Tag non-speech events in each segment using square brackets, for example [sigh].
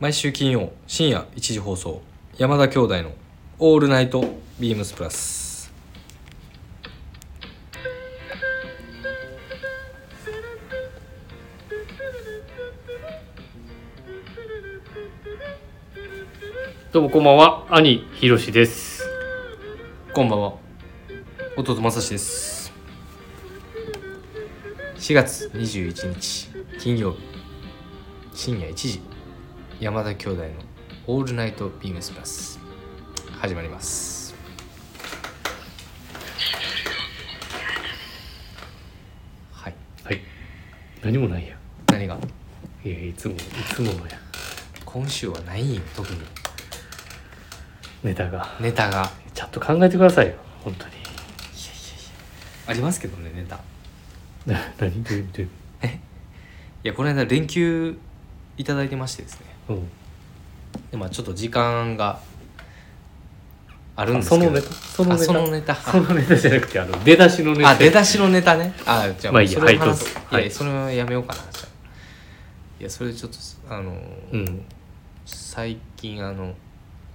毎週金曜深夜1時放送山田兄弟の「オールナイトビームスプラス」どうもこんばんは兄ひろしですこんばんは弟まさしです4月21日金曜日深夜1時山田兄弟の「オールナイトビームスプラス」始まりますはいはい何もないや何がいやいつもいつものや今週はないんよ特にネタがネタがちゃんと考えてくださいよ本当にありますけどねネタな何どういうどういういやこの間連休いただいてましてですねうんでまあちょっと時間があるんあですそけどのネタそのあネタそそののネタネタじゃなくてあの出だしのネタあ出だしのネタねあじゃあまあいいやそれを話す、はいどうぞいやはいそれはやめようかなじゃあいやそれちょっとあの、うん最近あの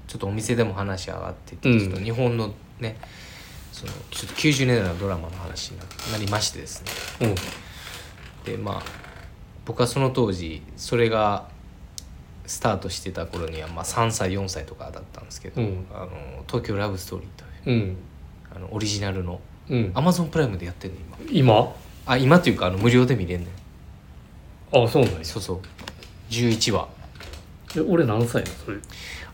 ちょっとお店でも話上がってて、うんちょっと日本のねそのちょっと90年代のドラマの話になりましてですねうんでまあ僕はその当時それがスタートしてた頃には、まあ、3歳4歳とかだったんですけど「うんあの東京ラブストーリー」といううんあのオリジナルのうんアマゾンプライムでやってんの今今あ今というかあの無料で見れんねんあそうなんやそうそう11話え俺何歳なのそれ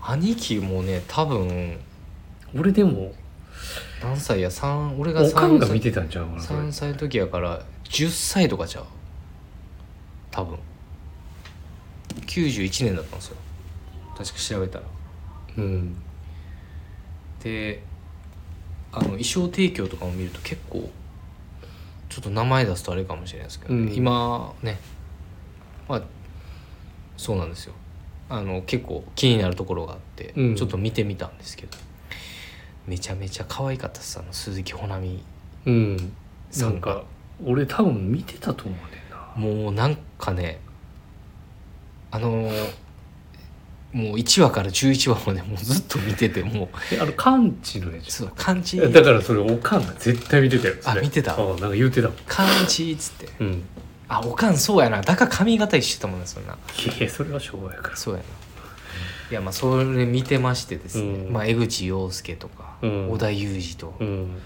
兄貴もね多分俺でも何歳や3俺がおかん3が見歳てたんちゃうかなそれ3歳の時やから10歳とかちゃう多分91年だったんですよ確か調べたらうんであの衣装提供とかも見ると結構ちょっと名前出すとあれかもしれないですけど、うん今ねまあそうなんですよあの結構気になるところがあって、うんちょっと見てみたんですけどめちゃめちゃ可愛かったですあの鈴木保奈美うんさなんんがか俺多分見てたと思うねんなもうなんかねあのーもう1話から11話までもうずっと見ててもうえあの完治のやつそう感じ [laughs] だからそれおかんが絶対見てたよそれあ見てたあなんか言うてたもん感じっつってうんいあおかんそうやなだから髪型一緒だもんねそんなやいやそれは昭和やからそうやないやまあそれ見てましてですね、うんまあ、江口洋介とか、うん織田裕二とう、ん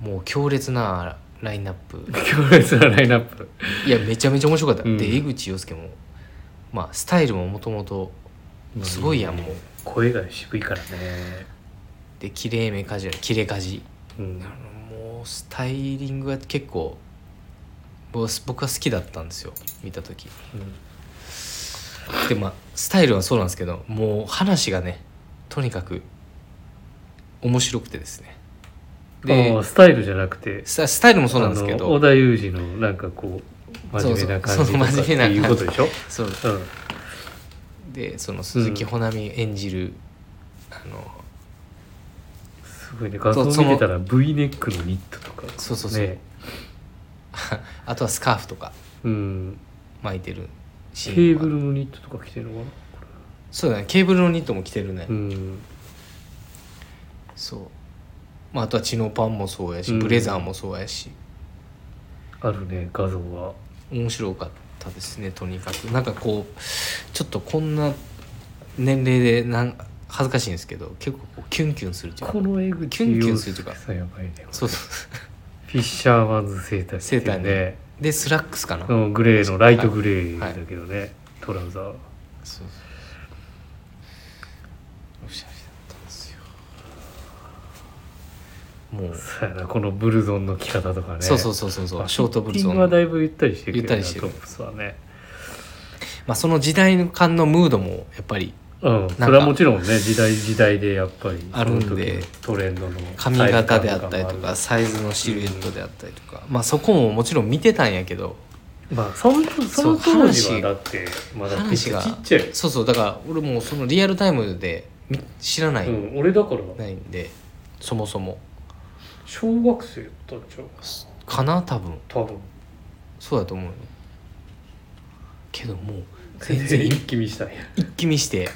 もう強烈なラインナップ強烈なラインナップいやめちゃめちゃ面白かった、うんで江口洋介もまあスタイルももともとすごいやんもう声が渋いからねで綺麗めカジュアル綺麗カジうんあのもうスタイリングが結構僕は僕は好きだったんですよ見た時でまあスタイルはそうなんですけどもう話がねとにかく面白くてですねうんあであスタイルじゃなくてスタスタイルもそうなんですけあのど織田裕二のなんかこう真面目な感じとかそうそうってそう真面目いうなこ感じとでしょそううんでその鈴木保奈美演じる、あの [laughs] すごいね画像そうその見てたら V ネックのニットとかそうそうそうねあとはスカーフとかうん巻いてるシケーンーブはルのニットとか着てるのかなそうだねケーブルのニットも着てるね、うんそう、まあ、あとはチノパンもそうやし、うんブレザーもそうやしあるね画像は面白かったですねとにかくなんかこうちょっとこんな年齢でなん恥ずかしいんですけど結構こうキュンキュンするというかこの絵キ口ュンキュ洋ンするというか介さんやばいねそうそうフィッシャーマンズセーター着てるねでスラックスかな、うんグレーのライトグレーだけどね、トラウザーそうそうおしゃれだったんですよもう、そうやなこのブルゾンの着方とかねそうそうそうそうそうあショートブルゾフィッティンングはだいぶゆったりしてるゆったりしてるトップスはねまあ、その時代感のムードもやっぱりうんかそれはもちろんね時代時代でやっぱりあるんでその時のトレンドの髪型であったりサとイズか感サイズのシルエットであったりとか、まあそこももちろん見てたんやけどまあそのそのそう当時話はだってまだめっ話ちゃがちっちゃい、そうそうだから俺もうそのリアルタイムでみ知らない、うん、俺だからないんでそもそも小学生やったんちゃうかな多分多分そうだと思うよけどもう全然一気見したんや一気見して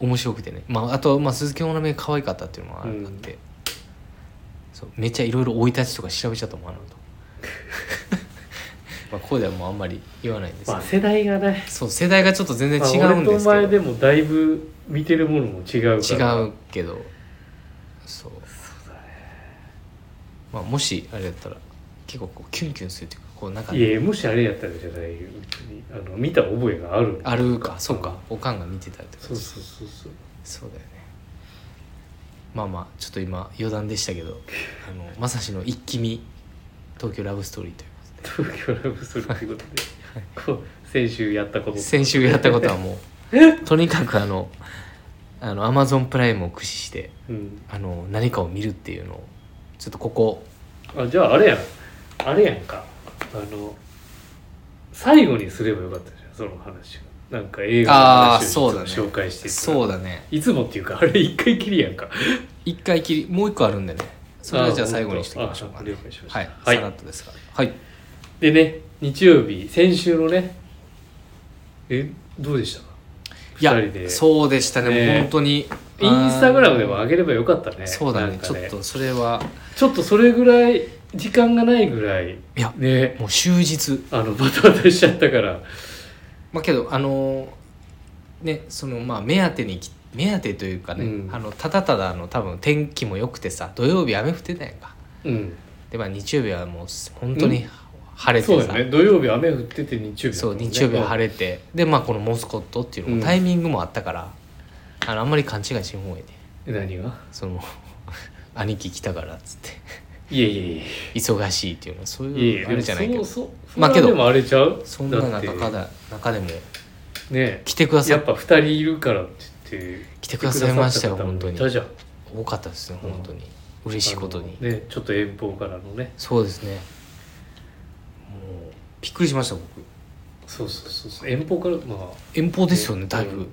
面白くてね、まあ、あと、まあ、鈴木もなみが可愛かったっていうのもああって、うんそうめっちゃいろいろ生い立ちとか調べちゃったもんあの [laughs] とまあここではもうあんまり言わないんですけど、まあ世代がねそう世代がちょっと全然違まあうんです俺とお前けでもだいぶ見てるものも違うかどら違うけどそうそうだねまあ、もしあれだったら結構こうキュンキュンするっていうかこうなんかいやもしあれやったらじゃないよ別にあの見た覚えがあるあるかそうかおかんが見てたりとかそうそうそうそうそうだよねまあまあちょっと今余談でしたけ [laughs] どあのまさしの一気見東京ラブストーリーということで東京ラブストーリーってことでこう先週やったこと先週やったことはもうとにかくあのあのアマゾンプライムを駆使してうんあの何かを見るっていうのをちょっとここあじゃああれやんあれやんかあの最後にすればよかったじゃんその話をなんか映画のあー話そをうだね紹介していつもそうだねいつもっていうかあれ一回きりやんか一回きりもう一個あるんでねそれはじゃあ最後にしていきましょうかあね了解しましたはい、はいさらっとですがはいでね日曜日先週のねえどうでしたいや二人でそうでしたねねもう本当にインスタグラムでも上げればよかったねそうだねなんちかょっとそれはちょっとそれぐらい時間がないぐらいいやねもう終日あのバタバタしちゃったからまあけどあのーねそのまあ目当てにき目当てというかね、うんあのただただあの多分天気も良くてさ土曜日雨降ってたやんかうんでまあ日曜日はもう本当にう晴れそてうさだね土曜日雨降ってて日曜日そう日曜日はれ晴れてでまあこのモスコットっていうのうんもタイミングもあったから、あのあんまり勘違いしん方がいいね何がその [laughs] 兄貴来たからっつっていやいやい忙しいっていうのはそうやいいうやあれじゃないけどそうそうまあけどそれはでもあれちゃうそんなって中だ中でもね来てくださやっっぱ2人いるからって言って来てくださいましたよ来てくださっ方もい本当にじゃん多かったですね本当に、嬉しいことにあのねちょっと遠方からのねそうですねもうびっくりしました僕そうそうそうそう遠方からまあ遠方ですよねだいうんぶ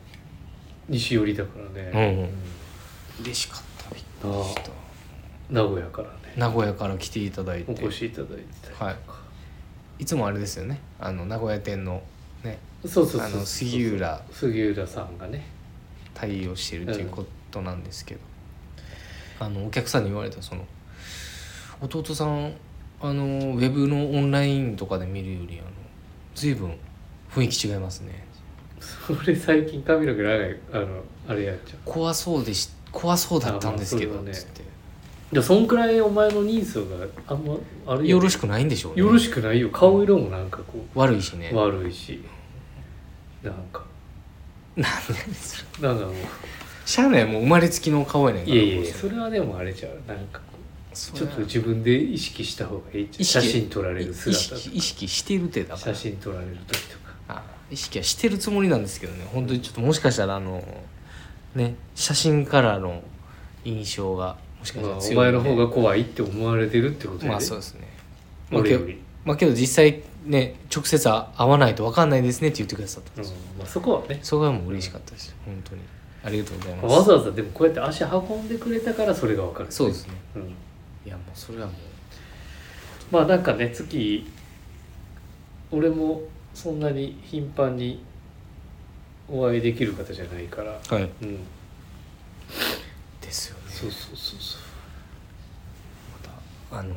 西寄りだからね、嬉しかったびっうんくりした名古屋からね名古屋から来ていただいおて越しいただいてたりとか、はいいつもあれですよねあの名古屋店のねそうそうそうあの杉浦杉浦さんがね対応してるっていうことなんですけど、あのお客さんに言われたその弟さんあのウェブのオンラインとかで見るよりあの随分雰囲気違いますねそれ最近髪の毛長いあのあれやっちゃう怖そうでし怖そうだったんですけあまど、あそれはねつってじゃあそんくらいお前の人相があんまあれよろししくないんでしょうねよろしくないよ顔色もなんかこ悪いしねう悪いしなんかなんでそれなんだろうしゃあないもう生まれつきの顔やねんいやいやいやそそれはでもあれじゃうなんかそちょっとれは自分で意識した方がいい意識写真撮られる意姿と識意識してるってだかから写真撮られる時とかあ意識はしてるつもりなんですけどね本当にちょっともしかしたらあのね写真からの印象がもしかしたまあらお強前いのんで方が怖いって思われてるってことやまあでそうですねまあ俺けよどりまあけど実際ね直接会わないと分かんないですねって言ってくださったんうでんすよ、まあそこはねそこはもう嬉しかったです本当にありがとうございますわざわざでもこうやって足運んでくれたからそれが分かる、そうですねうんいやもうそれはもうまあなんかね月俺もそんなに頻繁にお会いできる方じゃないからはいうんですよねそうそうそうそまたあの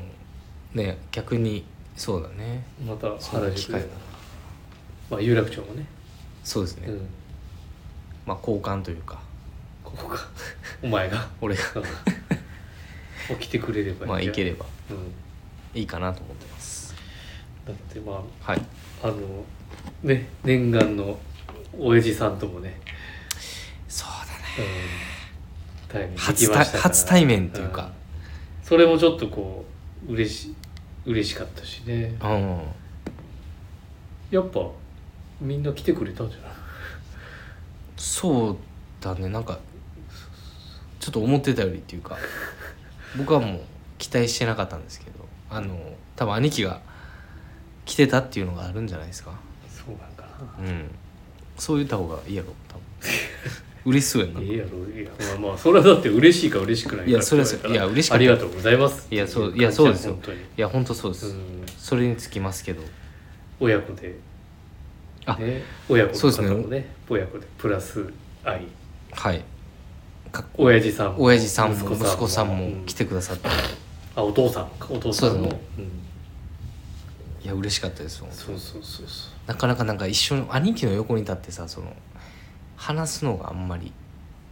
ね逆にそうだねうまたそんな原機宿で会がまあ有楽町もねそうですね、うんまあ交換というかここか [laughs] お前が俺がうん起きてくれればまあいいいんじけゃなれいばうん、いいかなと思ってますだってまはいああのね念願の親父さんともね、そうだねうん、対面できまし初たから対初対面というかんそれもちょっとこう嬉し嬉しかったしねうん、やっぱみんな来てくれたんじゃないそうだねなんかちょっと思ってたよりっていう [laughs] か僕はもう期待してなかったんですけどあの多分兄貴が来てたっていうのがあるんじゃないですかそうなんかなうんそう言った方がいいやろ [laughs] 多分嬉しそうやんないいやろいやまあまあそれはだって嬉しいか嬉しくないかいやそれはそうって言いやわたら嬉しかったありがとうございますいやそうっていやそうですよ感じだ本や本当そうで当す、にうんそれにつきますけど親子であね、親子そうのです方ねもね親子でプラス愛はいか親父さん親父さんも息子さんも来ててくださって、あお父さんかお父さんそうのだねいや嬉しかったですもんそうそうそうそなかなかなんか一緒に兄貴の横に立ってさその話すのがあんまり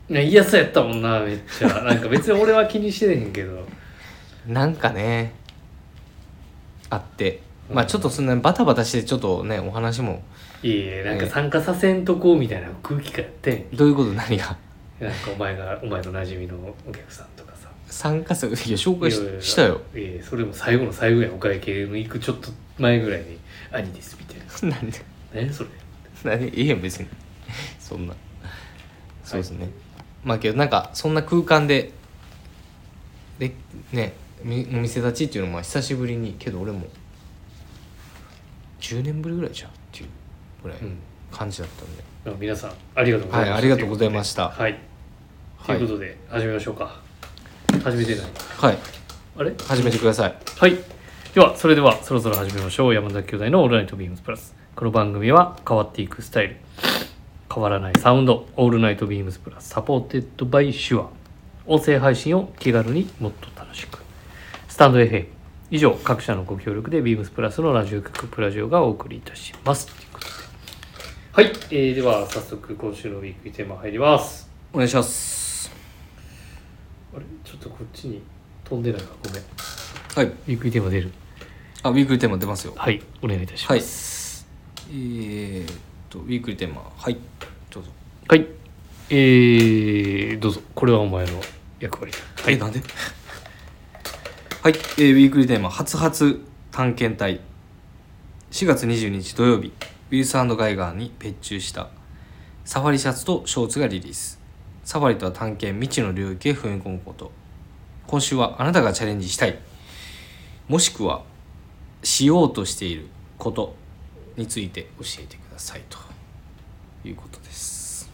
ういや嫌そうやったもんなめっちゃ [laughs] なんか別に俺は気にしてへんけどなんかねあってうんまあちょっとそんなバタバタしてちょっとねお話もいいえなんか参加させんとこうみたいな空気感やってんどういうこと何がなんかお前がお前の馴染みのお客さんとかさ参加するいや紹介しいやいやいやしたよ [laughs] いえそれも最後の最後やんお会計の行くちょっと前ぐらいに「兄です」みたいな何で「何それ何いいやん別にそんなそうですね、まあけどなんかそんな空間ででねみお店立ちっていうのも久しぶりにけど俺も10年ぶりぐらいじゃんっていうぐらい」うん感じだったんで、でも皆さんありがとうございました、はいありがとうございましたはいとはいいうことで始めましょうか始めてないはいあれ始めてくださいはい。では、それではそろそろ始めましょう。山崎兄弟のオールナイトビームスプラス。この番組は変わっていくスタイル。変わらないサウンド。オールナイトビームスプラス。サポーテッドバイシュア。音声配信を気軽にもっと楽しく。スタンド FM。以上、各社のご協力でビームスプラスのラジオ局プラジオがお送りいたします。ということで。はい。えーでは、早速今週のウィークリーテーマ入ります。お願いしますあれちょっとこっちに飛んでないか。ごめん。ウはいィークリーテーマ出る。あウィークリーテーマ出ますよはい。お願いいたします。はいえー、っとウィークリーテーマはいどうぞはい。えー、どうぞ。これはお前の役割だ。はえい。なんではい、えーウィークリーテーマ「初初探検隊」4月22日土曜日ウィルスガイガーに別注したサファリシャツとショーツがリリースサファリとは探検未知の領域へ踏み込むこと今週はあなたがチャレンジしたいもしくはしようとしていることについて教えてくださいということです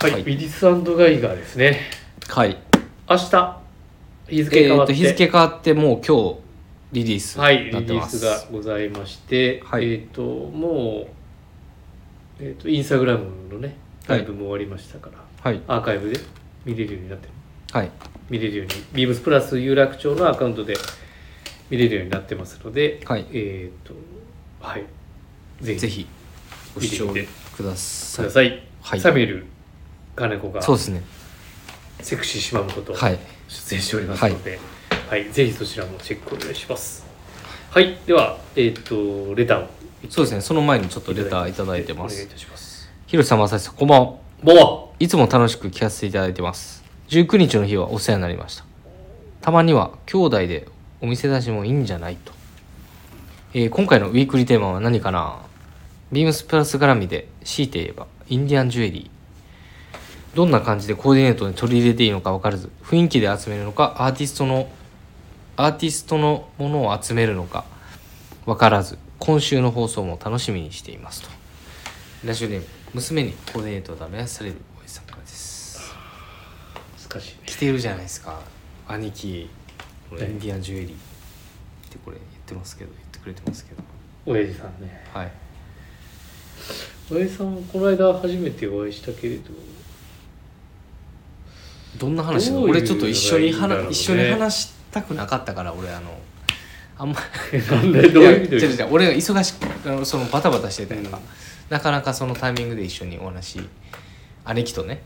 はい。はいウィリスガイガーですね。はい明日、日付え変ーわっとて、日付変わってもう今日リリースはい、リリなってーまスす、がございまして、はいえっ、と、もう、えっ、と、インスタグラムのね、ライブも終わりましたから、はいアーカイブで見れるようになってる。はい見れるように、ビームスプラス有楽町のアカウントで見れるようになってますので、はいえっ、と、はい。ぜひ、ぜひご視聴くだくさいださい。はいサミュエル金子がそうですねセクシーしまむことをはい出演しておりますので、はいぜひそちらもチェックお願いしますはいではえっ、とレターをそうですねその前にちょっとレターいただいてまお願いすいたします広瀬さん正さんこんばんはもいつも楽しく聞かせていただいてます19日の日はお世話になりましたたまには兄弟でお店出しもいいんじゃないと、えー今回のウィークリーテーマは何かなビームスプラス絡みで強いて言えばインディアンジュエリーどんな感じでコーディネートに取り入れていいのか分からず雰囲気で集めるのかアーティストのアーティストのものを集めるのか分からず今週の放送も楽しみにしていますとラジオネーム娘にコーディネートをダメ出しされるおじさんからですう難しいね来てるじゃないですか兄貴このはイいンディアンジュエリーってこれ言ってますけど言ってくれてますけど親父さんねはい親父さんこの間初めてお会いしたけれどどんな話なのどういう俺ちょっと一緒にのがいいんだろう話ね一緒に話したくなかったから俺あのあんまえなんでどういやいう意味違うで違う俺が忙しくあのそのバタバタしてたから、うんなかなかそのタイミングで一緒にお話姉貴とね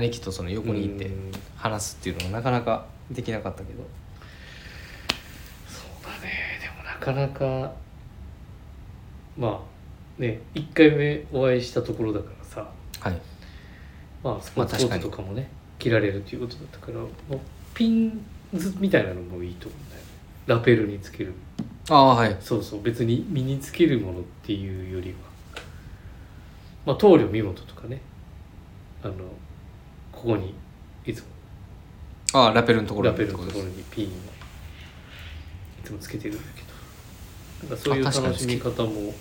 姉貴とその横にいてうん話すっていうのがなかなかできなかったけどそうだねでもなかなかまあね1回目お会いしたところだからさ、はいまあ、スポーツコ確かーにトとかもね着られるということだったから、まあ、ピンズみたいなのもいいと思うんだよねラペルにつけるああはいそうそう別に身につけるものっていうよりはまあ棟梁見事とかねあのここにいつああラペルのとこもろラペルのとこでろすにピンをいつもつけてるんだけどなんかそういうあ確かに楽しみ方も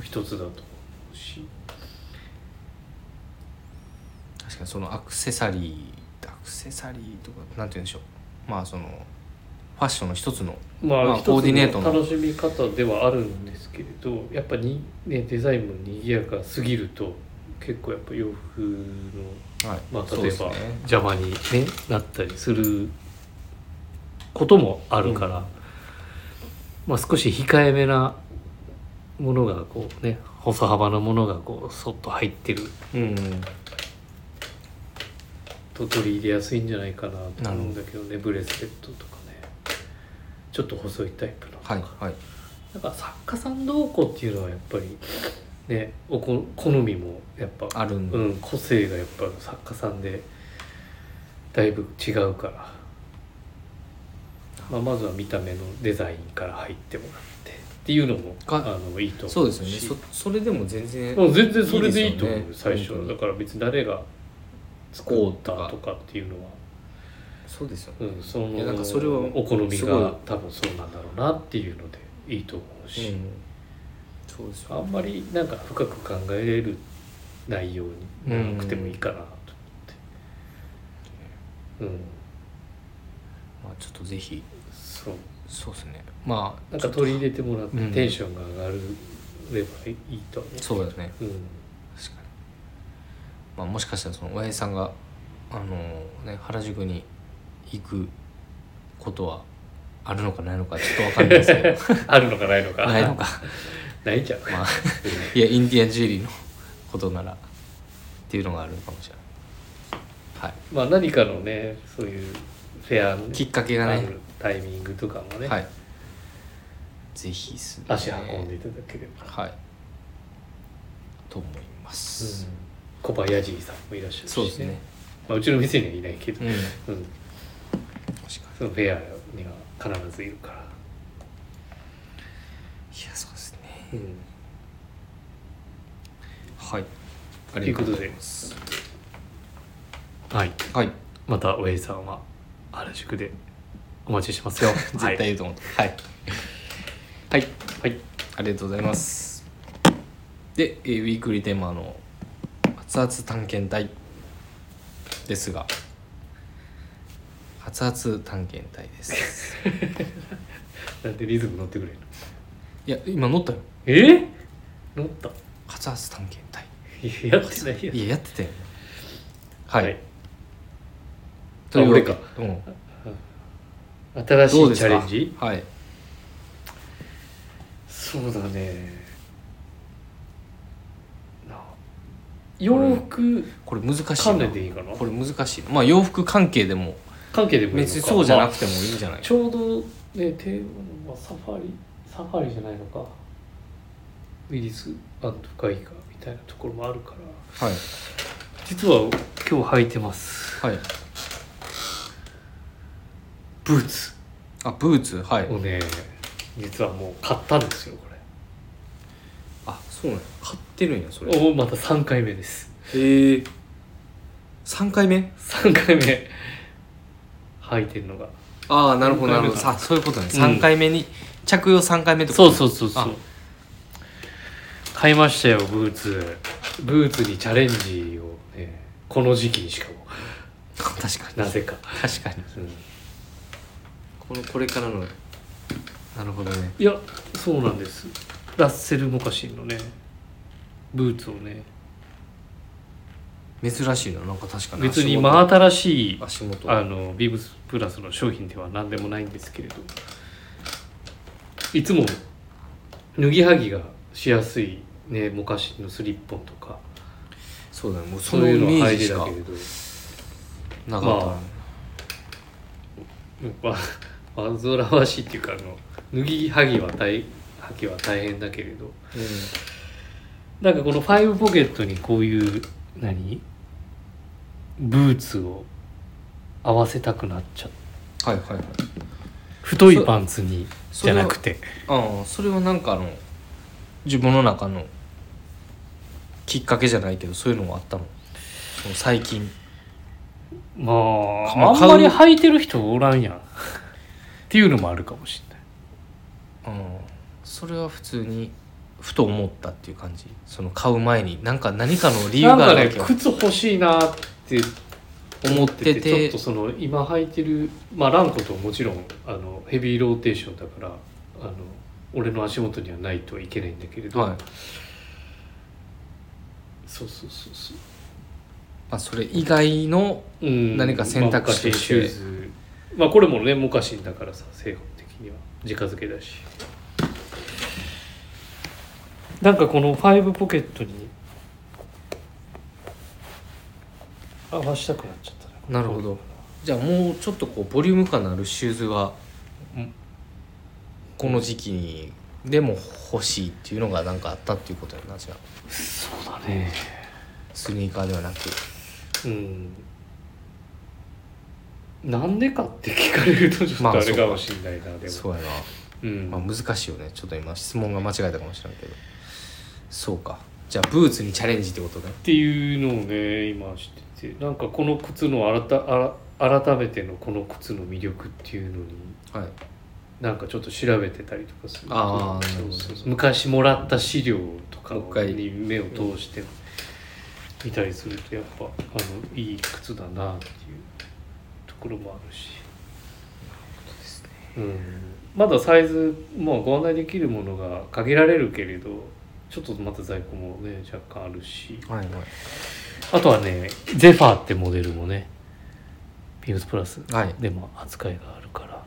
一つだと思うし確かにそのアクセサリーアクセサリーとかなんて言うんでしょうまあそのァッションの一つのまあ、まあ一つコーディネートのの楽しみ方ではあるんですけれどやっぱに、ね、デザインも賑やかすぎると結構やっぱ洋服の、はいまあ、そう例えですばね邪魔に、ね、なったりすることもあるから、まあ、少し控えめなものがこうね細幅のものがこうそっと入ってるうんと取り入れやすいんじゃないかなと思うんだけどねブレスレットとかねちょっと細いタイプのとか。はいはいなんか作家さん同行っていうのはやっぱりねおこ好みもやっぱあるんで、うん、個性がやっぱ作家さんでだいぶ違うから、まあ、まずは見た目のデザインから入ってもらってっていうのもかあのいいとそう思うでしすよねそそれでも全然もう全然それでいいと思ういいですよ最ね初本当にだから別に誰が作ったとかっていうのは、そうですよねうん、そいやなんのかそれはお好みすごいが多分そうなんだろうなっていうのでいいと思うし。うんそうですよあんまりなんか深く考えれる内容にならなくてもいいかなと思ってうん、まあちょっとぜひそうそうですねまあなんか取り入れてもらってうんテンションが上がればいいとは思うそうだねうん、確かに、まあ、もしかしたらその親父さんが、あのね、原宿に行くことはあるのかないのかちょっとわかんないですけどあるのかないの [laughs] かないのかないんちゃうか、まあいやインディアンジュエリーのことならっていうのがあるのかもしれない、はまあ何かのねそういうフェアのい、ねきっかけがあねるタイミングとかもね、はいぜひっすね足運んでいただければ、はいと思います、小林爺さんもいらっしゃるし、ねそうですねまあ、うちの店にはいないけど、うんうん、確かにそのフェアには必ずいるから、いやそうですねうん、はい。ありがとうございます。はいはい。またウェイさんは原宿でお待ちして [laughs] ますよ絶対言うと思った。はい。はい。はい、はい、ありがとうございます。で、えーウィークリーテーマの熱々探検隊ですが、熱々探検隊です。なんでリズム乗ってくれるのいや、今乗ったよ。え乗った熱々探検隊。いややってないやいや、やってたよ。はい。はいというわけあうん。新しどういですチかャレンジはい。そうだねな洋服これ難しいな。関連でいいかなこれ難しいな。まあ、洋服関係でも、関係でもいいのか別にそうじゃなまくてもいいんじゃないあちょうどねテーマの、まあ、サファリサファリじゃないのかウィリスアンドガイガーみたいなところもあるからはい。実は今日履いてますはい。ブーツあ、ブーツ、はい。をね実はもう買ったんですよこあ、そうなんや。買ってるんや、それれ。おまた3回目ですええ。三回目。 3回目履いてるのがああ、なるほど、な三るほ回目かど。さ、そういうことね。うん三回目に。着用三回目ってことそうか。そうそうそあう買いましたよブーツブーツにチャレンジをねこの時期にしかも確かなに。ぜか、確かに。うんこの、これからの。なるほどね。いやそうなんですラッセルモカシンのねブーツをね珍しいな、なんか確かに。別に真新しい足元。あ足元のビームスプラスの商品では何でもないんですけれどいつも脱ぎはぎがしやすいねモカシンのスリッポンとかそうだね。もう、そそうのいイうのメー入ジりしだかけ。れどなかったまな。わ煩わしいっていうかあの脱ぎはぎは大はぎは大変だけれどうんなんかこのファイブポケットにこういう何ブーツを合わせたくなっちゃったはい、はい、はい。太いパンツにそじゃなくてああそれはなんかあの自分の中のきっかけじゃないけどそういうのもあったのその最近ままあ、ああんまり履いてる人おらんやん。っていうのもあるかもしれない。うんそれは普通にふと思ったっていう感じその買う前に何か何かの理由なんがあかるわねけよ、、靴欲しいなって思ってちょってとその今履いてるまあランコともちろんあのヘビーローテーションだからあの俺の足元にはないとはいけないんだけれど、はいまそうそうそうそうあ、それ以外のうん何か選択肢としてまあモカシンシューズまあこれもねモカシンだからさ製本的には直付けだしなんかこのファイブポケットに合わしたくなっちゃったなるほどじゃあもうちょっとこうボリューム感のあるシューズがうんこの時期にでも欲しいっていうのがなんかあったっていうことやなじゃあそうだねスニーカーではなくうんなんでかって聞かれるとちょっとまああれかもしんないな、でもそうやな、うんまあ、難しいよねちょっと今質問が間違えたかもしれないけどそうかじゃあブーツにチャレンジってことねっていうのをね今知っててなんかこの靴の改た改改めてのこの靴の魅力っていうのにはいなんかちょっと調べてたりとかするあーそうなそるほうどそう昔もらった資料とかもう一回に目を通して見たりするとやっぱあのいい靴だなっていうところもあるし、うん、まだサイズもうご案内できるものが限られるけれどちょっとまた在庫もね若干あるし。はいはいあとはね、ゼファーってモデルもね、ビームスプラスはいでも扱いがあるから、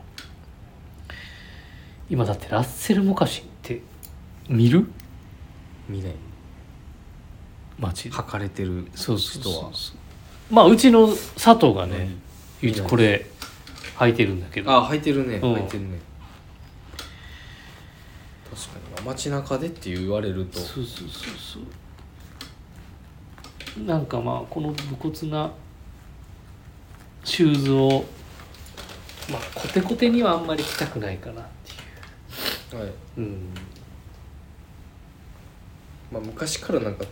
今だってラッセル・モカシンって見る見ない街で。履かれてるそうそう人はそうそう。まあ、うちの佐藤がね、うん唯一これ履いてるんだけど、あ履いてるねうん履いてるね確かにまあ街中でって言われるとそうそうそうそう。なんかまあ、この武骨なシューズを、まあ、コテコテにはあんまり着たくないかなっていう。はいうん、まあ昔からなんか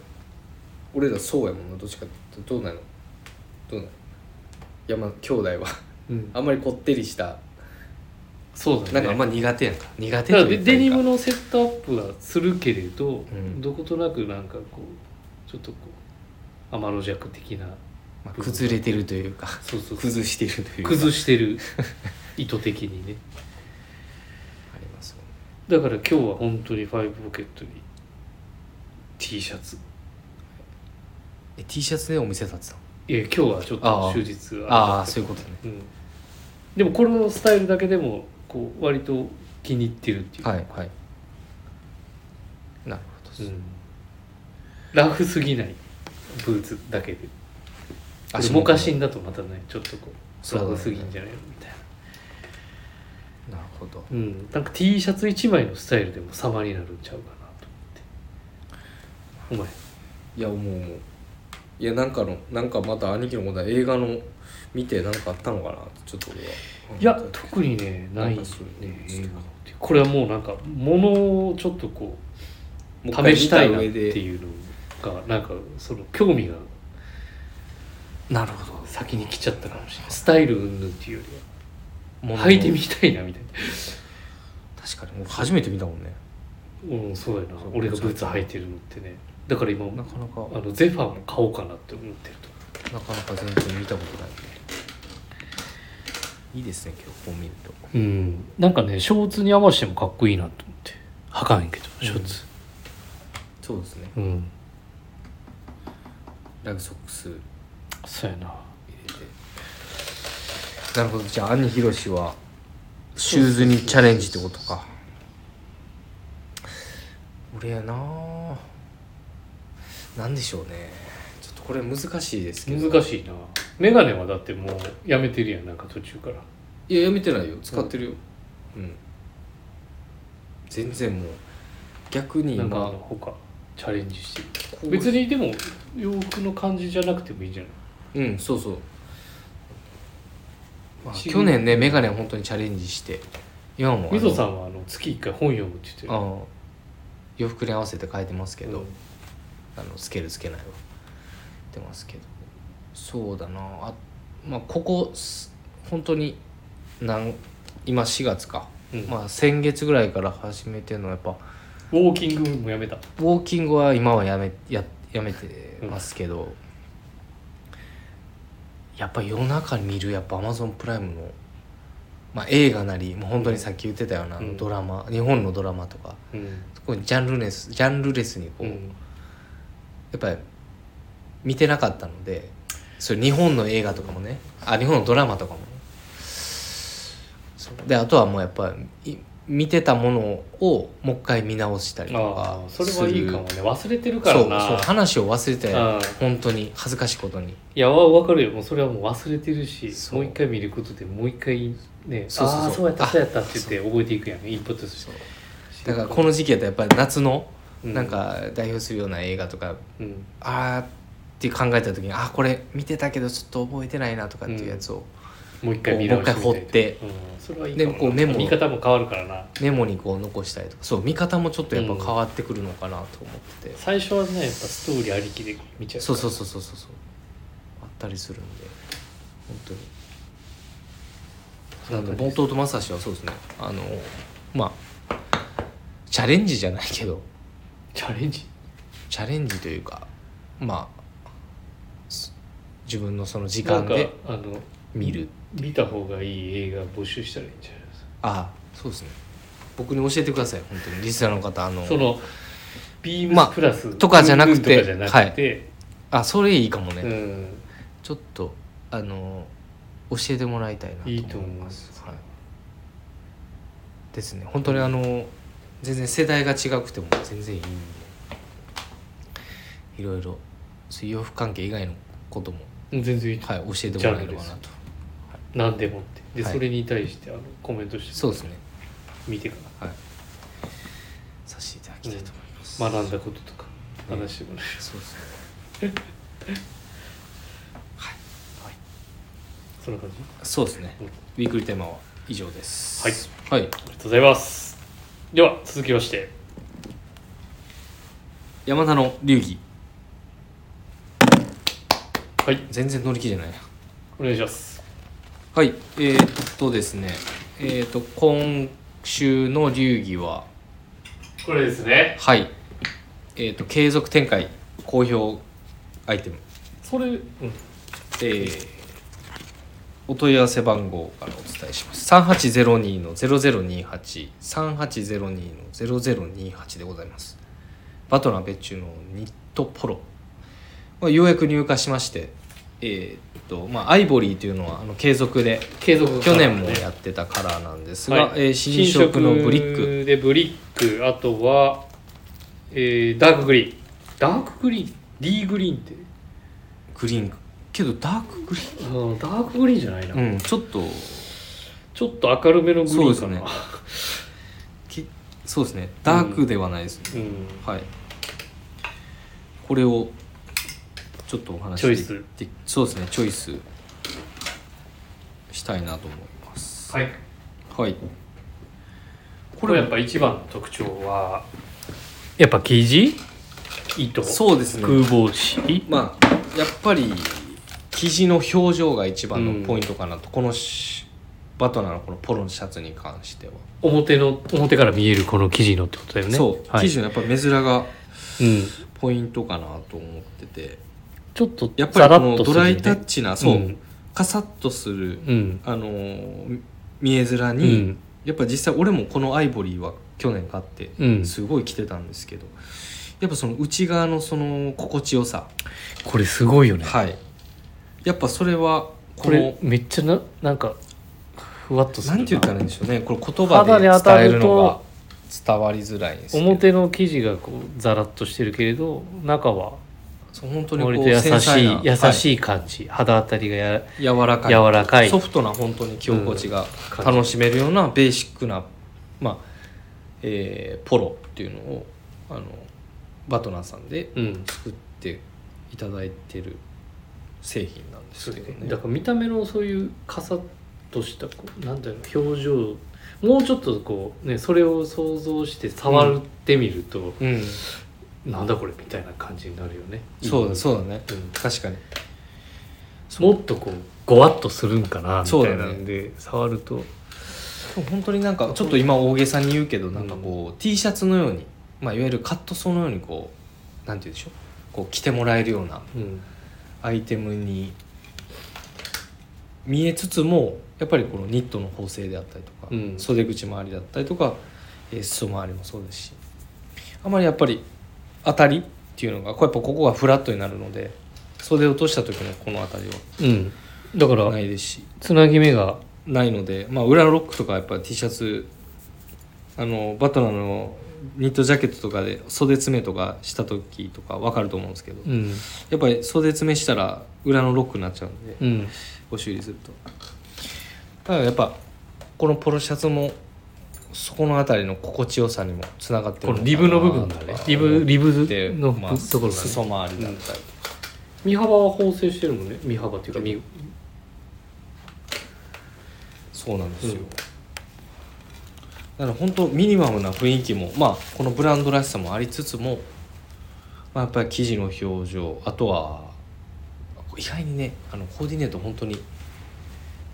俺らそうやもんなどっちかってどうなのどうなのいやまあ兄弟は [laughs] あんまりこってりしたそうだねなんかあんま苦手やんか苦手だからというデかデニムのセットアップはするけれど、うんどことなくなんかこうちょっとこう天の弱的なまあ崩れてるというかそうそうそう崩してるというか崩してる意図的にねありますよねだから今日は本当にファイブポケットに T シャツえ T シャツでお店立ってたのいや今日はちょっあとあ終日れだったああそういうことねうん、でもこのスタイルだけでもこう割と気に入ってるっていうか、はいはいなるほどです、うんラフすぎないブーツだけで足モ元カがシンだとまたねちょっとこうそうラだねフすぎんじゃないのみたいななるほどうんなんか T シャツ1枚のスタイルでも様になるんちゃうかなと思っていやもうもういやなんかのなんかまた兄貴のことは映画の見てなんかあったのかなってちょっと俺はお前いや特にねないなんねかそう映そう画のっていうこれはもうなんか物をちょっとこう試したいなってういうのがなんかその興味がなるほど先に来ちゃったかもしれないスタイル云々っていうよりもはのを履いてみたいなみたいな確かにもう初めて見たもんねうんそうやなそう俺がブーツ履いてるのってねだから今なかなかあのゼファーも買おうかなって思ってるとなかなか全然見たことないんでいいですね今日こう見るとうんなんかねショーツに合わせてもかっこいいなと思って履かんけどショーツそうですねうん、ラグソックス入そうやなれてなるほどじゃあ兄ひろしはシューズにチャレンジってことか俺やなあなんでしょうねちょっとこれ難しいですけど難しいなメガネはだってもうやめてるやんなんか途中からいややめてないよ使ってるようん、全然もう逆になんかあ今の他チャレンジしてこるう別にでも洋服の感じじゃなくてもいいんじゃないうんそうそう、まあ、し去年ね眼鏡本当にチャレンジして今もみぞさんんはあの月1回本読むって言ってるあの洋服に合わせて変えてますけけど、ど、あのつけるつけないは言ってますけどそうだなあまあここす本当になん今4月か、うんまあ先月ぐらいから始めてるのはやっぱウォーキングもやめたウォーキングは今はやめややめてますけど、やっぱ夜中に見るやっぱアマゾンプライムの、まあ、映画なりもう本当にさっき言ってたような、うんドラマ日本のドラマとかうんそこにジャンルレスジャンルレスにこうう、んやっぱり見てなかったのでそれ日本の映画とかもねあ日本のドラマとかもねそうであとはもうやっぱりい見てたものをもう一回見直したりとあかあそれはいいかもね忘れてるからそうなそう話を忘れてうん本当に恥ずかしいことにいやわ分かるよもうそれはもう忘れてるしそうもう一回見ることでもう一回ねそうそうそうああそうやったあそうやったって言って覚えていくやんインプットするしだからこの時期やったらやっぱり夏のうんなんか代表するような映画とか、うんあーって考えた時にあーこれ見てたけどちょっと覚えてないなとかっていうやつをもう一回見直してみたいともう一回掘ってうん、それはいいでかもなこうメモ見方も変わるからなメモにこう残したりとかそう見方もちょっとやっぱ変わってくるのかなと思ってて、最初はねやっぱストーリーありきで見ちゃうそうそううそうそうそうそうあったりするんで本当になんでそう冒頭と正志はそうですねあのまあチャレンジじゃないけどチャレンジチャレンジというかまあす自分のその時間なんでかあの見る見た方がいい映画募集したらいいんじゃないですかああそうですね僕に教えてください本当にリスナーの方あのそのビーまあムプラスとかじゃなくてうんぬんとかじゃなくてあそれいいかもね、うんちょっとあの教えてもらいたいいいなとと思思いいまますすはいですね本当にあの全然世代が違くても全然いいんでいろいろそういう洋服関係以外のことも、全然いいとはい、教えてもらえればなと何でもってで、はいそれに対してあのコメントしてそうですね見てかはいさせていただきたいと思います、ら学んだこととかうん話してもらえるそうですねそんな感じそうですねうんウィークリーテーマは以上ですはい、はい、ありがとうございますでは続きまして山田の流儀はい全然乗り気じゃないなお願いしますはい、えー、っとですね、えー、っと、今週の流儀は、これですねはい、えー、っと、継続展開、好評アイテム、それ、うん、えー、お問い合わせ番号からお伝えします。3802の0028、3802の0028でございます。バトナー別注のニットポロ。まあ、ようやく入荷しまして、えー、っと、まあ、アイボリーというのは、あの、継続で、継続去年もやってたカラーなんですが、はいえー新色のブリッ新ク色でブリックあとは、えーダークグリーンダークグリーン D グリーンってグリーンけどダークグリーうんダークグリーンじゃないな、ン、うん、ちょっとちょっと明るめのグリーンかなきそうですねダークではないですね、うんはいこれをちょっとお話しチョイスでそうですねチョイスしたいなと思いますはいはいこれやっぱ一番の特徴はやっぱ生地糸そうですね空防紙まあやっぱり生地の表情が一番のポイントかなと、このしバトナーのこのポロのシャツに関しては、表の表から見えるこの生地のってことだよねそう、はい生地のやっぱ目面がうん、ポイントかなと思っててちょっとやっぱりこのすドるラねイタッチな、そう、うんカサッとする、うんあのー見え面うに、んやっぱ実際俺もこのアイボリーは去年買ってうんすごい着てたんですけど、やっぱその内側のその心地よさ、これすごいよねはいやっぱそれはここれのめっちゃななんかふわっとするなんて言ったらいいんでしょうねこれ言肌で葉当でた伝えるるとのが伝わりづらいんですけど表の生地がこうザラッとしてるけれど中はそう本当にこ割うと優し繊細ない優はしい感じ、肌当たりがやい柔らかい柔らかいソフトな本当に着心地がうん楽しめるようなベーシックな、まあえーポロっていうのをあのバトナーさんでうん作っていただいてる製品なんですけどねだから見た目のそういうカサッとしたこうなんだろう表情もうちょっとこうねそれを想像して触ってみると、うん、なんだこれみたいな感じになるよねそうだう、そうだねうん確かにもっとこうごわっとするんかなみたそうだいねなんで、触るとでも本当になんかちょっと今大げさに言うけどなんかこう、T シャツのように、まあ、いわゆるカットソーのようにこうなんて言うんでしょうこう着てもらえるようなうんアイテムに見えつつもやっぱりこのニットの縫製であったりとか、うん袖口周りだったりとか、えー裾周りもそうですしあまりやっぱり当たりっていうのがこうやっぱここがフラットになるので袖を落とした時のこの辺りうんだかはらないですしつなぎ目がないので、まあ、裏ロックとかやっぱ T シャツあのバトナーのニットジャケットとかで袖詰めとかした時とか分かると思うんですけどうんやっぱり袖詰めしたら裏のロックになっちゃうんでうんご修理するとだからやっぱこのポロシャツもそこの辺りの心地よさにもつながってこるのリブの部分だねリブリブでのまあ、ところがね裾周りだったりとか、身幅は縫製してるもんね身幅っていうか身そうなんですよ、うんだから本当ミニマムな雰囲気もまあこのブランドらしさもありつつも、まあ、やっぱり生地の表情あとは意外にねあのコーディネート本当に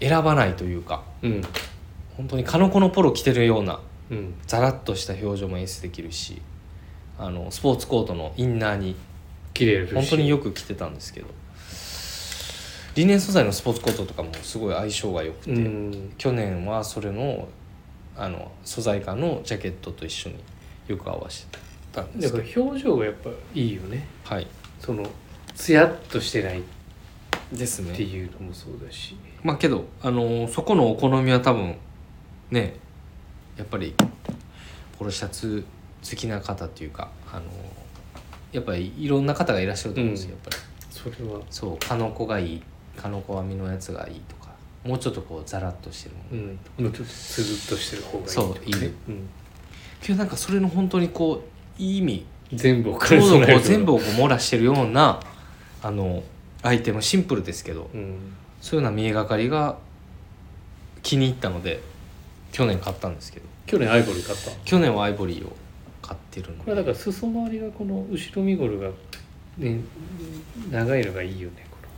選ばないというかうん本当に鹿の子のポロ着てるようなうんザラッとした表情も演出できるしあのスポーツコートのインナーに綺麗です本当によく着てたんですけどリネン素材のスポーツコートとかもすごい相性が良くて、うん去年はそれのあの素材感のジャケットと一緒によく合わせてたんでだすかけどら表情がやっぱいいよねはいそのツヤっとしてないっですてねいうのもそうだしまあけどあのそこのお好みは多分ねやっぱりポロシャツ好きな方っていうかあのやっぱりいろんな方がいらっしゃると思うんですよ、うんやっぱり。それはそう「かのこがいい」「かのこ編みのやつがいい」とかもうちょっとこうザラッとしてるもの、うんもうちょっとつるっとしてる方がいいそういいねうんけどなんかそれの本当にこういい意 [laughs] 味全部をちょ感うじどこなうい全部をこう漏らしてるようなあのアイテムシンプルですけどうんそういうような見えがかりが気に入ったので去年買ったんですけど去年アイボリー買った去年はアイボリーを買ってるのこれはだでから裾周りがこの後ろ身ごろがね長いのがいいよねこの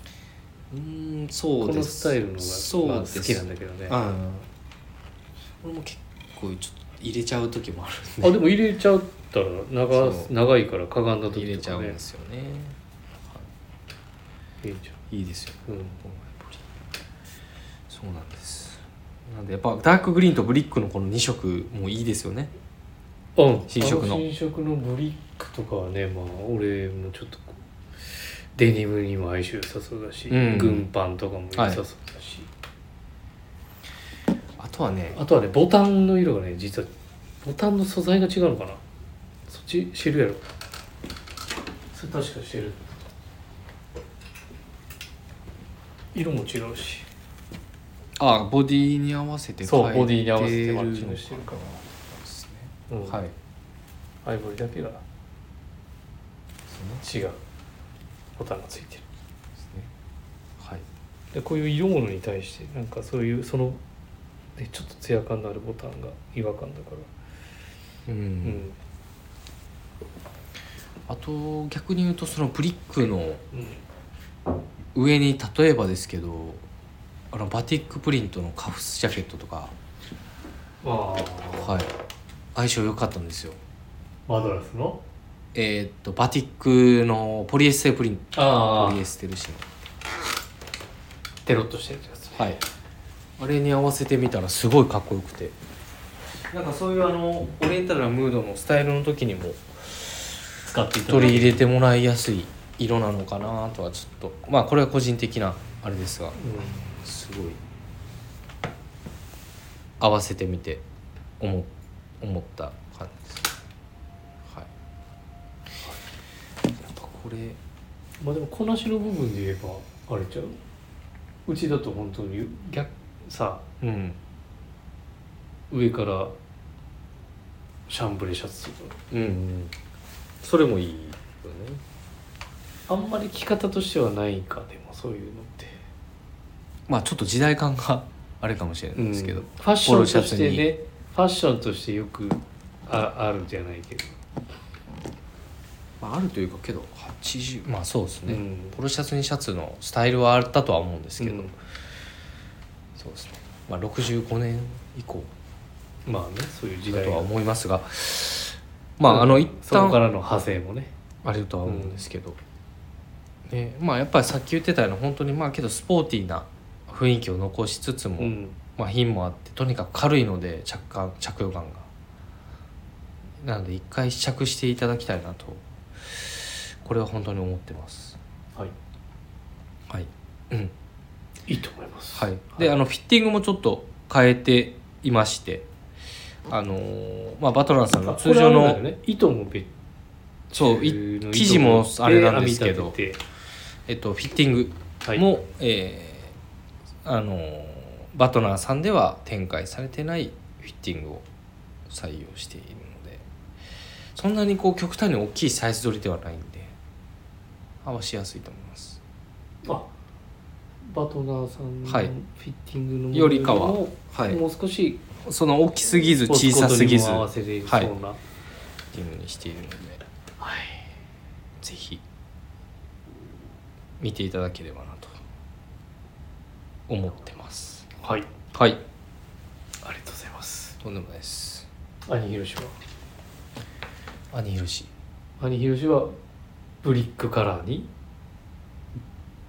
うーんそうこでのすスタイルのがそうまあです好きなんだけどねあうん俺も結構ちょっと入れちゃう時もあるんででも入れちゃったら長そう長いからかがんだ時とか、ね、入れちゃうんでいすよねいじいいですよゃん、うん、そうなんですなんでやっぱダークグリーンとブリックのこの2色もいいですよねうん、新色のあ新色のブリックとかはねまあ俺もちょっとこうデニムにも相性良さそうだし、うん軍パンとかも良さそうだし、あとはねあとはねボタンの色がね実はボタンの素材が違うのかなそっちしてるやろそれ確かしてる色も違うしあボディに合わせてそう変えボディに合わせてるマッチングしてるかですねら、うんはいアイボリーだけが違うボタンがついてるですねはいでこういう色物に対してなんかそういうそのねちょっとツヤ感のあるボタンが違和感だからうん、うん、あと逆に言うとそのブリックのうん、上に例えばですけどあのバティックプリントのカフスジャケットとかああはい相性良かったんですよマドラスのえーっとバティックのポリエステルプリントああポリエステル紙のテロッとしてるやつはい、あれに合わせてみたらすごいかっこよくてなんかそういうあのオリエンタルなムードのスタイルの時にも使ってい取り入れてもらいやすい色なのかなとはちょっとまあこれは個人的なあれですがすごい合わせてみて思思った感じですはいやっぱこれまあでもこなしの部分で言えばあれちゃううちだと本当に逆さうん上からシャンブレシャツとかうん、うん、それもいいよねあんまり着方としてはないかでもそういうのってまあちょっと時代感があれかもしれないですけど、うんファッションとポロシしャツてにねファッションとしてよくああるじゃないけどまあ、あるというかけど80まあそうですね、うんポロシャツにシャツのスタイルはあったとは思うんですけど、うんそうですね、まあ、65年以降まあねそういう時だ代とはが思いますがまああの一そこか旦らの派生もねあれとは思うんですけど、ねまあやっぱりさっき言ってたような本当にまあけどスポーティーな雰雰囲気を残しつつも、うんまあ、品もあってとにかく軽いので着感着用感がなので一回試着していただきたいなとこれは本当に思ってますはいはい、うんいいと思いますはい、であのフィッティングもちょっと変えていましてあのーまあ、バトランさんのあ通常これあのれだよね糸も別そういの糸生地もあれなんですけど編み立てえっと、フィッティングてはいも、えーあのーバトナーさんでは展開されてないフィッティングを採用しているのでそんなにこう極端に大きいサイズ取りではないんで合わしやすいと思いますあバトナーさんのフはいィッティングのものよりかはもはいもう少しその大きすぎずポス小コさトすにぎずも合わフィせれるそうはいな、ッティングにしているのでぜひ見ていただければなと思ってますはい、ははい、いありがとうございますとんでもないです兄ひろしは兄ひろし兄ひろしはブリックカラーに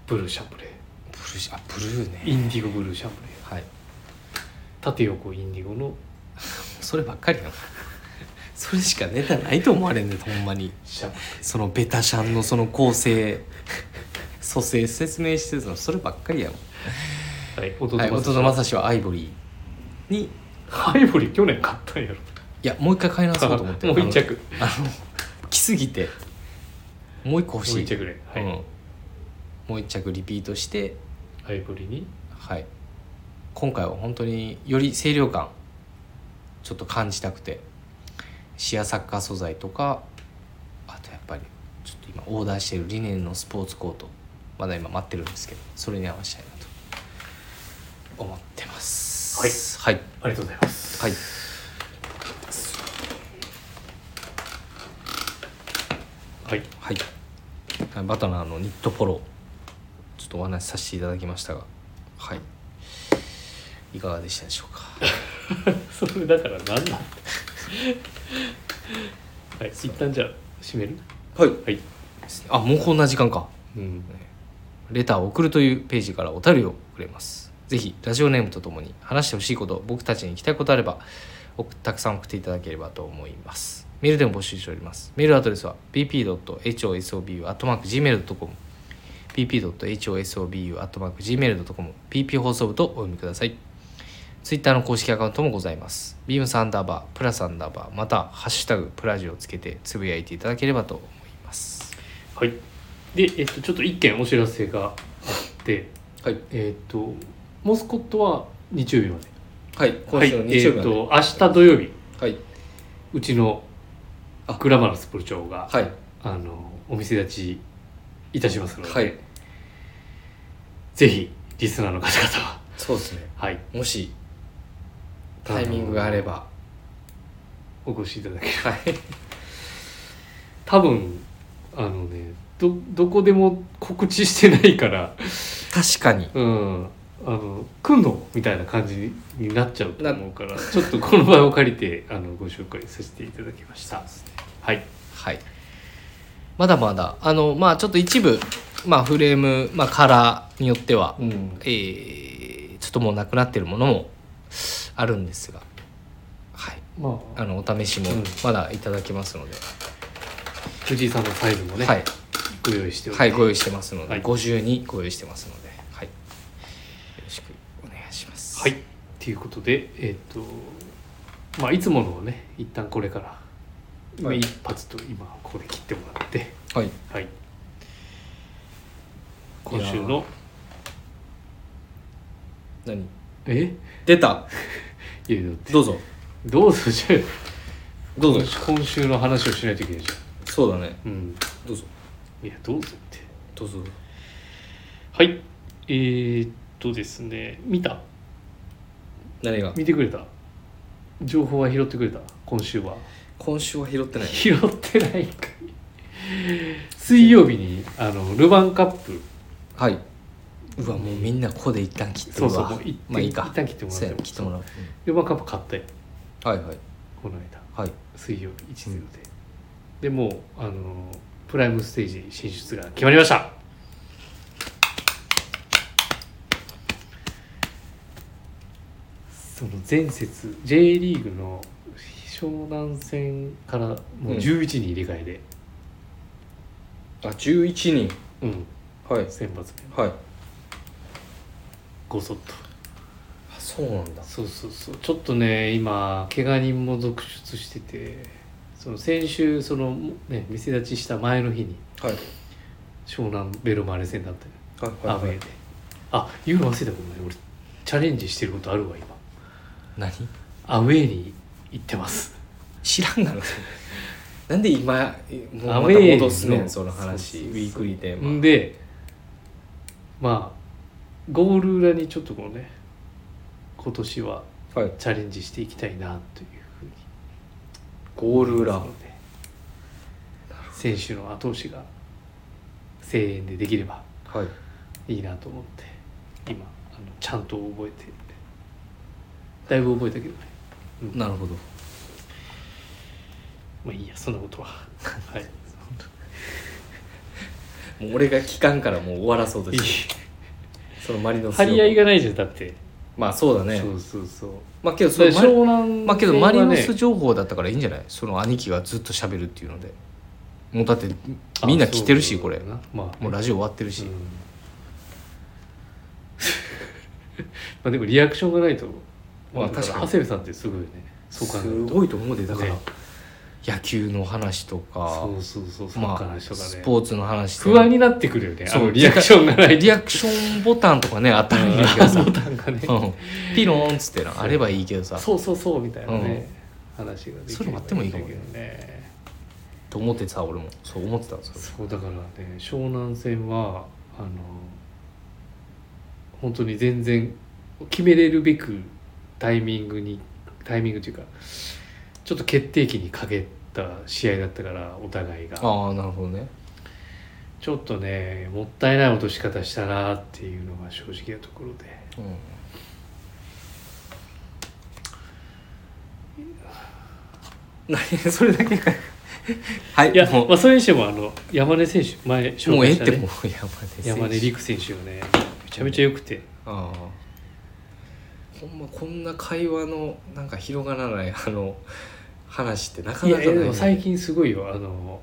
ブルーシャンプレブルーしあブルーーイねンディゴブルーシャンプレーはい縦横インディゴのそればっかりなの [laughs] それしかネタないと思われんねんほんまにシャンプレそのベタシャンのその構成蘇生説明してたのそればっかりやもーはいん、はい、弟弟ままささしはアイボリーにいハイボリー去年買ったんやろやもう一回買い直そうと思ってもう一着あのあの来すぎてもう一個欲もしうい一着ねはい、うん、もう一着リピートしてハイボリーにはい今回は本当により清涼感ちょっと感じたくてシアサッカー素材とかあとやっぱりちょっと今オーダーしてるリネンのスポーツコートまだ今待ってるんですけどそれに合わせたいなと思ってますはいありがとうございますはい、はい [laughs] はいはい、バトナーのニットポロちょっとお話しさせていただきましたがはいいかがでしたでしょうかそれだから何なんだはい一旦じゃあ閉めるはいはいあもうこんな時間かうんレターを送るというページからお便りをくれます。ぜひラジオネームとともに話してほしいこと、僕たちに聞きたいことあれば、おたくさん送っていただければと思います。メールでも募集しております。メールアドレスは bp.hosobu.gmail.com bp.hosobu.gmail.com bp 放送部とお読みください。ツイッターの公式アカウントもございます。ビームサンダーバー、プラサンダーバー、またハッシュタグプラジをつけてつぶやいていただければと思います。はいでえっとちょっと一件お知らせがあってはい。えっとモスコットは日曜日まではい。はいえっと明日土曜日はい。うちのあグラマラス部長がはい。あのお店立ちいたしますので、はい。ぜひリスナーの方々は、そうですね。はい、もし、タイミングがあれば。お越しいただけはい。多分あのねどどこでも告知してないから、確かに。うん、あの来んのみたいな感じになっちゃうと思うからちょっとこの場を借りてあのご紹介させていただきました。はい、はい。まだまだ、あの、まあちょっと一部、まあフレーム、まあカラーによっては、うんえーちょっともうなくなってるものもあるんですが、はい。まああの、お試しもうんまだいただけますので、藤井さんのサイズもね、はい。ご用意しておりはい、ご用意してますので、はい52ご用意してますので、はい。よろしくお願いします。はい。ということで、えっ、と、まあ、いつものをね、一旦これから、まあはい一発と今、ここで切ってもらって、はい。はい。今週の、何え出たいやだってどうぞ。どうぞじゃどうぞ。あ今週の話をしないといけないじそうだね。ゃん。うん。どうぞ。いや、どうぞって。どうぞ。はい。えー、っとですね、見た何が見てくれた情報は拾ってくれた今週は。今週は拾ってない。拾ってないん [laughs] かい水曜日にあのルヴァンカップはい。うわ、もうみんなここで一旦切ってるそうわ。そうもう一まあいいか。一旦切ってもらってそうやも切ってもらう。ルヴァンカップ買ったようんはいはい。この間はい。水曜日1 0で、でもうあのプライムステージ進出が決まりましたその前節 J リーグの湘南戦からもう11人入れ替えで、あ11人うんはい選抜ではいごそっとあそうなんだそうそうそうちょっとね今怪我人も続出しててその先週その、ね、店立ちした前の日にはい湘南ベルマーレ戦だったよはいアはウい、ェはーいで、あ言うの忘れたごめん俺チャレンジしてることあるわ今何アウェーに行ってます知ら [laughs] んがなそれなんで今もうまアたウェーの戻すねんその話そうそうウそうィークリーテーマ、んでまあゴール裏にちょっとこうね今年ははいチャレンジしていきたいなというふうにゴール裏そうね選手の後押しが声援でできればはいいいなと思って今あのちゃんと覚えてだいぶ覚えたけどね、うんなるほどまあいいやそん [laughs] なことははいもう俺が聞かんからもう終わらそうといいしてそのマリノス張り合いがないじゃんだって、まあそうだねそうそうそうまあけどそそれれマリ湘南まあけどマリノスね情報だったからいいんじゃないその兄貴がずっと喋るっていうのでもうだってみんな来てるしあこれそうだなまあねもうラジオ終わってるし、うん [laughs] まあでもリアクションがないとまあだら確かに長谷部さんってすごいよねそう考えするとごいと思うでだから、ね野球の話とかそうそうそうサッカーまのあ人がスねポーツの話とか不安になってくるよねあそうのリアクションがないリアクションボタンとかねあったらいいんだけ [laughs] どさ、ボタンがねうんピローンっつってなそうあればいいけどさそうそうそうみたいなね、話ができればそれもあってもいいかもねんだけどねと思ってさ俺もそう思ってたんですよそうだからね湘南戦はあの本当に全然決めれるべくタイミングにタイミングというかちょっと決定機にかけた試合だったからお互いがああなるほどねちょっとねもったいない落とし方したなっていうのが正直なところでうん何それだけかはいいや、もうまあ、それにしてもあの山根選手前紹もうえ介えったてし、ね、もう山根選手山根陸選手がねめちゃめちゃ良くてああほんまこんな会話のなんか広がらないあの話ってなかいなかやないい,、やでも最近すごいよあの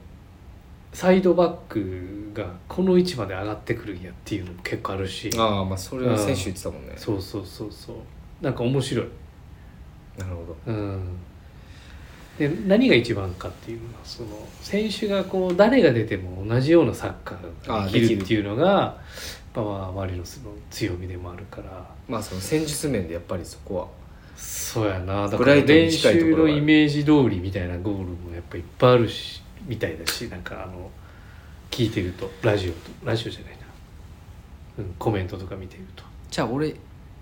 サイドバックがこの位置まで上がってくるんやっていうのも結構あるしああまあそれは選手言ってたもんねそうそうそうそうなんか面白いなるほどうんで何が一番かっていうのはその選手がこう誰が出ても同じようなサッカーができるっていうのがやっぱまあマリノスの強みでもあるからまあその戦術面でやっぱりそこはそうやなだブかラらイトに練近いところ習があるのイメージ通りみたいなゴールもやっぱいっぱいあるしみたいだしなんかあの聞いてるとラジオとラジオじゃないな、うん、コメントとか見てると、じゃあ俺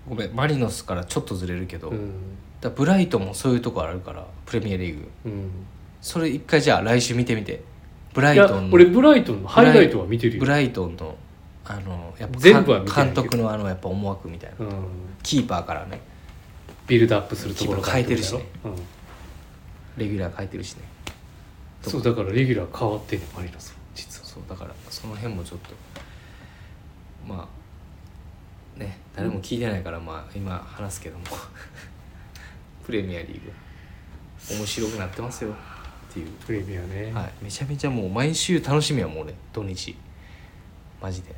ごめんマリノスからちょっとずれるけど、うだかんらブライトンもそういうとこあるからプレミアリーグうん、それ一回じゃあ来週見てみてブラいイやトンの俺ブライトンのハイライトは見てるよブ、ライトンのあのやっぱか全部は見てないけ監ど督のあのやっぱ思惑みたいなうん、キーパーからねビルドアップするところキーパー変えてるしねね、うん、レギュラー書いてるしねそうだからレギュラー変わってんねマリノスは実はそうだからその辺もちょっとまあね誰も聞いてないからまあ今話すけども [laughs] プレミアリーグ面白くなってますよっていう、プレミアね、はい、めちゃめちゃもう毎週楽しみやもう俺土日マジで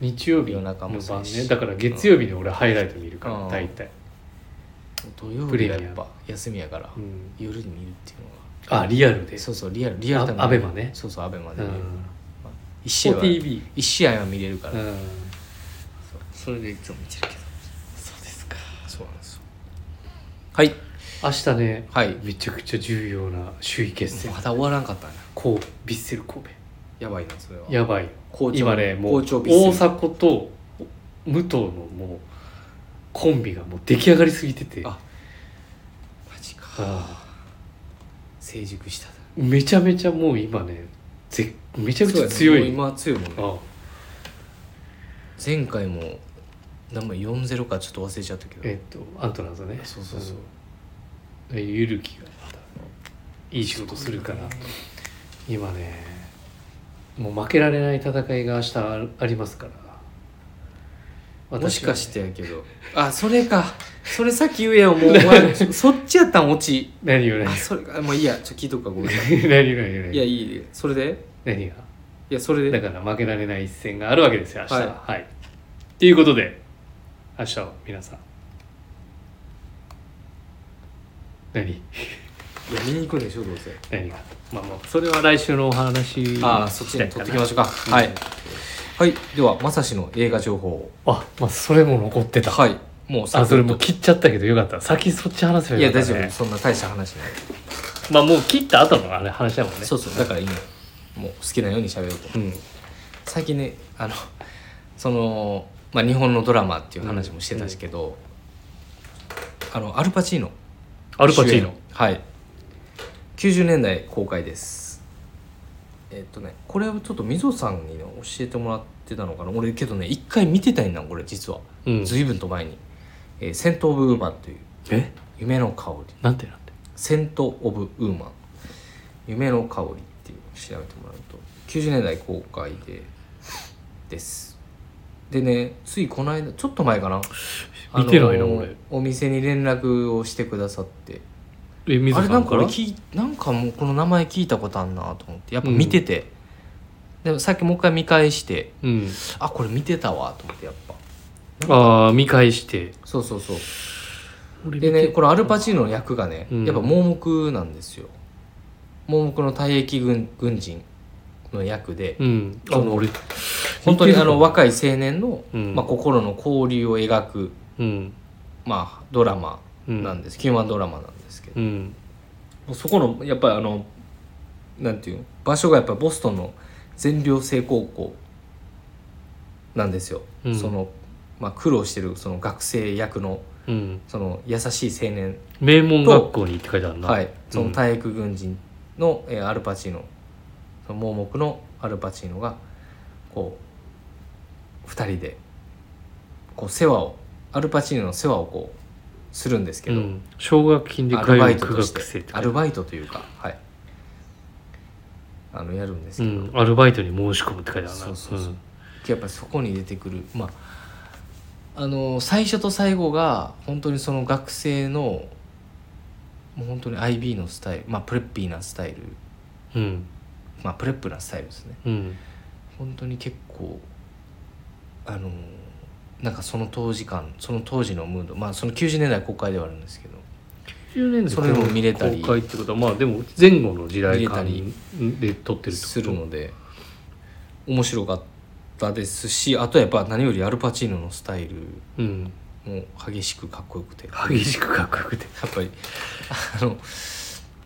日曜日夜の中もそ晩うしねだから月曜日に俺ハイライト見るから、うん大体、土曜プレ日ミアがやっぱ休みやから、うん、夜に見るっていうのあリアルでがそうそうリアルリアルタイムあアベマねそうそうアベマうで、ん一試合は TV 一試合は見れるから、うんそうそれでいつも見てるけどそうですかそうなんですよはい明日ねはいめちゃくちゃ重要な首位決戦まだ終わらんかったね神戸ヴィッセル神戸やばいなそれはやばいよ好調今ねもう好調ヴィッセル大迫と武藤のもうコンビがもう出来上がりすぎててあマジかあ成熟しためちゃめちゃもう今ねぜめちゃくちゃ強そうやねもうい今は強いもんねあ前回も何枚4-0かちょっと忘れちゃったけどえっとアントラーズねそうそうそううんゆるきがまたいい仕事するから今ねもう負けられない戦いが明日ありますからもしかしてやけどあそれかそれさっき言え [laughs] よもうお前そそっちやったんオチ何よ何あよそれかもういいやちょっと聞いとくかごめんなさい何よ何 [laughs] よいやいいそれで何がいやそれでだから負けられない一戦があるわけですよ明日ははいはい、っていうことで明日は皆さん何いや見に行くんでしょどうせ何がまあまあそれは来週のお話ああそっちに取ってきましょうかなはい、はい、ではまさしの映画情報あまあそれも残ってたはいもうあそれもうと切っちゃったけどよかった先そっち話せばいよやか大った、丈ね、夫そんな大した話ないまあもう切った後のあれ話だもんねそうそうだから今もう好きなように喋ろうとうん最近ねあのその、まあ、日本のドラマっていう話もしてたしけど、あのアルパチーノアルパチ主ー演ノはい90年代公開ですえっとねこれをちょっと溝さんにね教えてもらってたのかな俺けどね一回見てたんだこれ実はうん随分と前に「えーセント・オブ・ウーマン」というえ「夢の香り」なんてなんて「セント・オブ・ウーマン」「夢の香り」っていうのを調べてもらうと90年代公開でですでねついこの間ちょっと前かな見てないなあの俺お店に連絡をしてくださってえ水あれさなんんかか俺ら聞いなんかもうこの名前聞いたことあんなと思ってやっぱ見てて、でもさっきもう一回見返してうんあこれ見てたわと思ってやっぱああ見返してそうそうそう俺で見てねこのアルパチーノの役がね、うんやっぱ盲目なんですよ盲目の退役軍軍人の役で、うんあその俺本当にあの若若い青年の、うんまあ、心の交流を描く、うんまあ、ドラマうんなんです、ヒューマンドラマなんですけど、うんもうそこのやっぱりあのなんていうの場所がやっぱボストンの全寮制高校なんですよ、うんその、まあ、苦労してるその学生役のうんその優しい青年名門学校にって書いてあるなはい、その体育軍人の、えーアルパチーノその盲目のアルパチーノがこう2人でこう世話をアルパチーノの世話をこうするんですけうど、ん奨学金でア通ルバうイト苦として学生って書アいてあるルバイトというか、はい、あのやるんですうけど、んアルバイトに申し込むって書いてあるなそうそうそうんやっぱりそこに出てくるまああの最初と最後が本当にその学生のもう本当に IB のスタイルまあプレッピーなスタイルうんまあ、プレップなスタイルですねうん本当に結構あのーなんかその当時感その当時のムードまあその90年代公開ではあるんですけど10年それも見れたり公開ってことはまあでも前後の時代見れた間りで撮ってるってことするので面白かったですしあとはやっぱ何よりアルパチーノのスタイルうんも激しくかっこよくてや激しくかっこよくてっぱりあの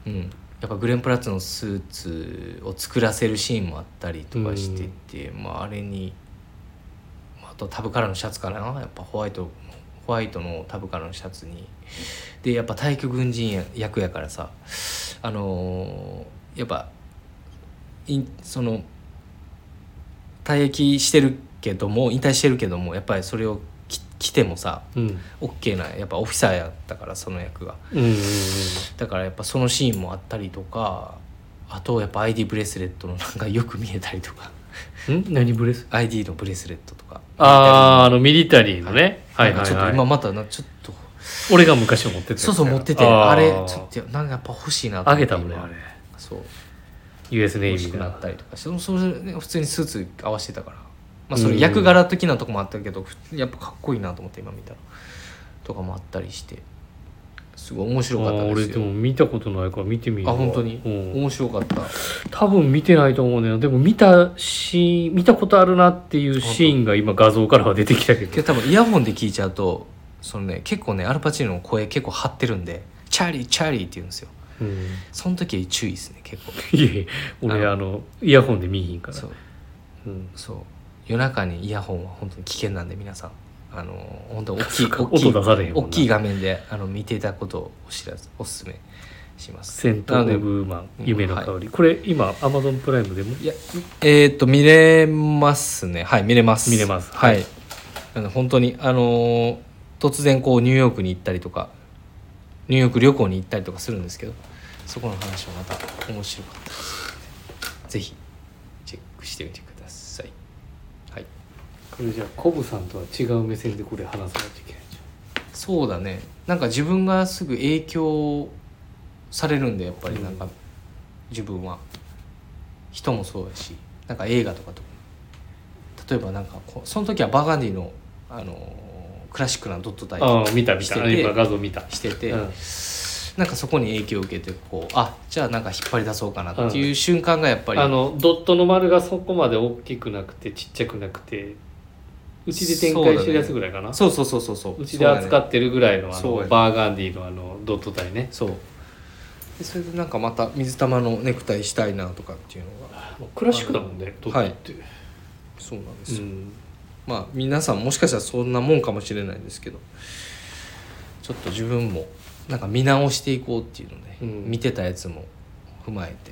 うんやっぱグレン・プラッツのスーツを作らせるシーンもあったりとかしてて、まああれにあとタブカラーのシャツかなやっぱホワイトのホワイトのタブカラーのシャツにでやっぱ体育軍人役やからさあのーやっぱいんその退役してるけども引退してるけどもやっぱりそれを着着てもさうんオッケーなやっぱオフィサーやったからその役がうんうんだからやっぱそのシーンもあったりとかあとやっぱ ID ブレスレットのなんかよ [laughs] く見えたりとかうんん何ブレス ID のブレスレットとかあああのミリタリーのねはいなんはかいちょっとはい今またなちょっと俺が昔持ってたやつそうそう持っててーあれちょっとなんかやっぱ欲しいなとあ思っげてたもんねあれそう US ネイ欲ビしーくなっがたりとかしてそれね普通にスーツ合わせてたからまあそれ役柄的なとこもあったけどふやっぱかっこいいなと思って今見たらとかもあったりしてすごい面白かったあーで俺すでよも見たことないから見てみるあわ本当にうん面白かった多分見てないと思うねんなでも見たし見たことあるなっていうシーンが今画像からは出てきたけけどど多分イヤホンで聞いちゃうとそのね結構ねアルパチーノの声結構張ってるんで「チャーリーチャーリー」って言うんですようんその時注意ですね結構いやいや俺あのイヤホンで見えへんからそううんそう夜中にイヤホンは本当に危険なんで皆さんあの本当大きいそっか大きい [laughs] 音出されへんも大んなきい画面であの見ていただくことをお知らせおすすめします戦闘なののでブーマン夢の香り、はこれ今アマゾンプライムでもいやえーっと見れますねはい見れます見れますはい、はいあの本当にあのー突然こうニューヨークに行ったりとかニューヨーク旅行に行ったりとかするんですけどそこの話はまた面白かったですぜひチェックしてみてくださいはいこれじゃあコブさんとは違う目線でこれ話さないといけないじそうだねなんか自分がすぐ影響されるんでやっぱりなんか、うん自分は人もそうやしなんか映画とかと例えばなんかこうその時はバガンディの、あのークラシックなドットタイゃんああ見た見したてて今画像見たしてて、うんなんかそこに影響を受けてこうあじゃあなんか引っ張り出そうかなっていう瞬間がやっぱり、あのドットの丸がそこまで大きくなくてちっちゃくなくてうちで展開してるやつぐらいかなう,、そうそうそうそうそうちで扱ってるぐらいのあそうやの、ねバーガンディのあのドット体ねそうでそれでなんかまた水玉のネクタイしたいなとかっていうのがクラシックだもんねドットって、そうなんですうよ、ん、まあ皆さんもしかしたらそんなもんかもしれないですけどちょっと自分もなんか見直していこうっていうので、うん見てたやつも踏まえて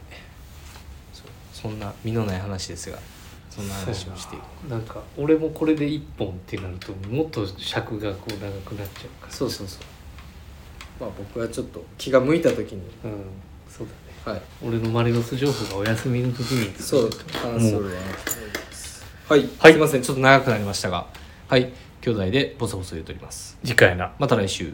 そうそんな身のない話ですがそんな話をしていこうなんか俺もこれで一本ってなるともっと尺がこう長くなっちゃうからそうそうそうまあ僕はちょっと気が向いた時にうんそうだねはい俺のマリノス情報がお休みの時にそうう感想ははい、はいすいませんちょっと長くなりましたがはい兄弟でボソボソ言うとります次回なまた来週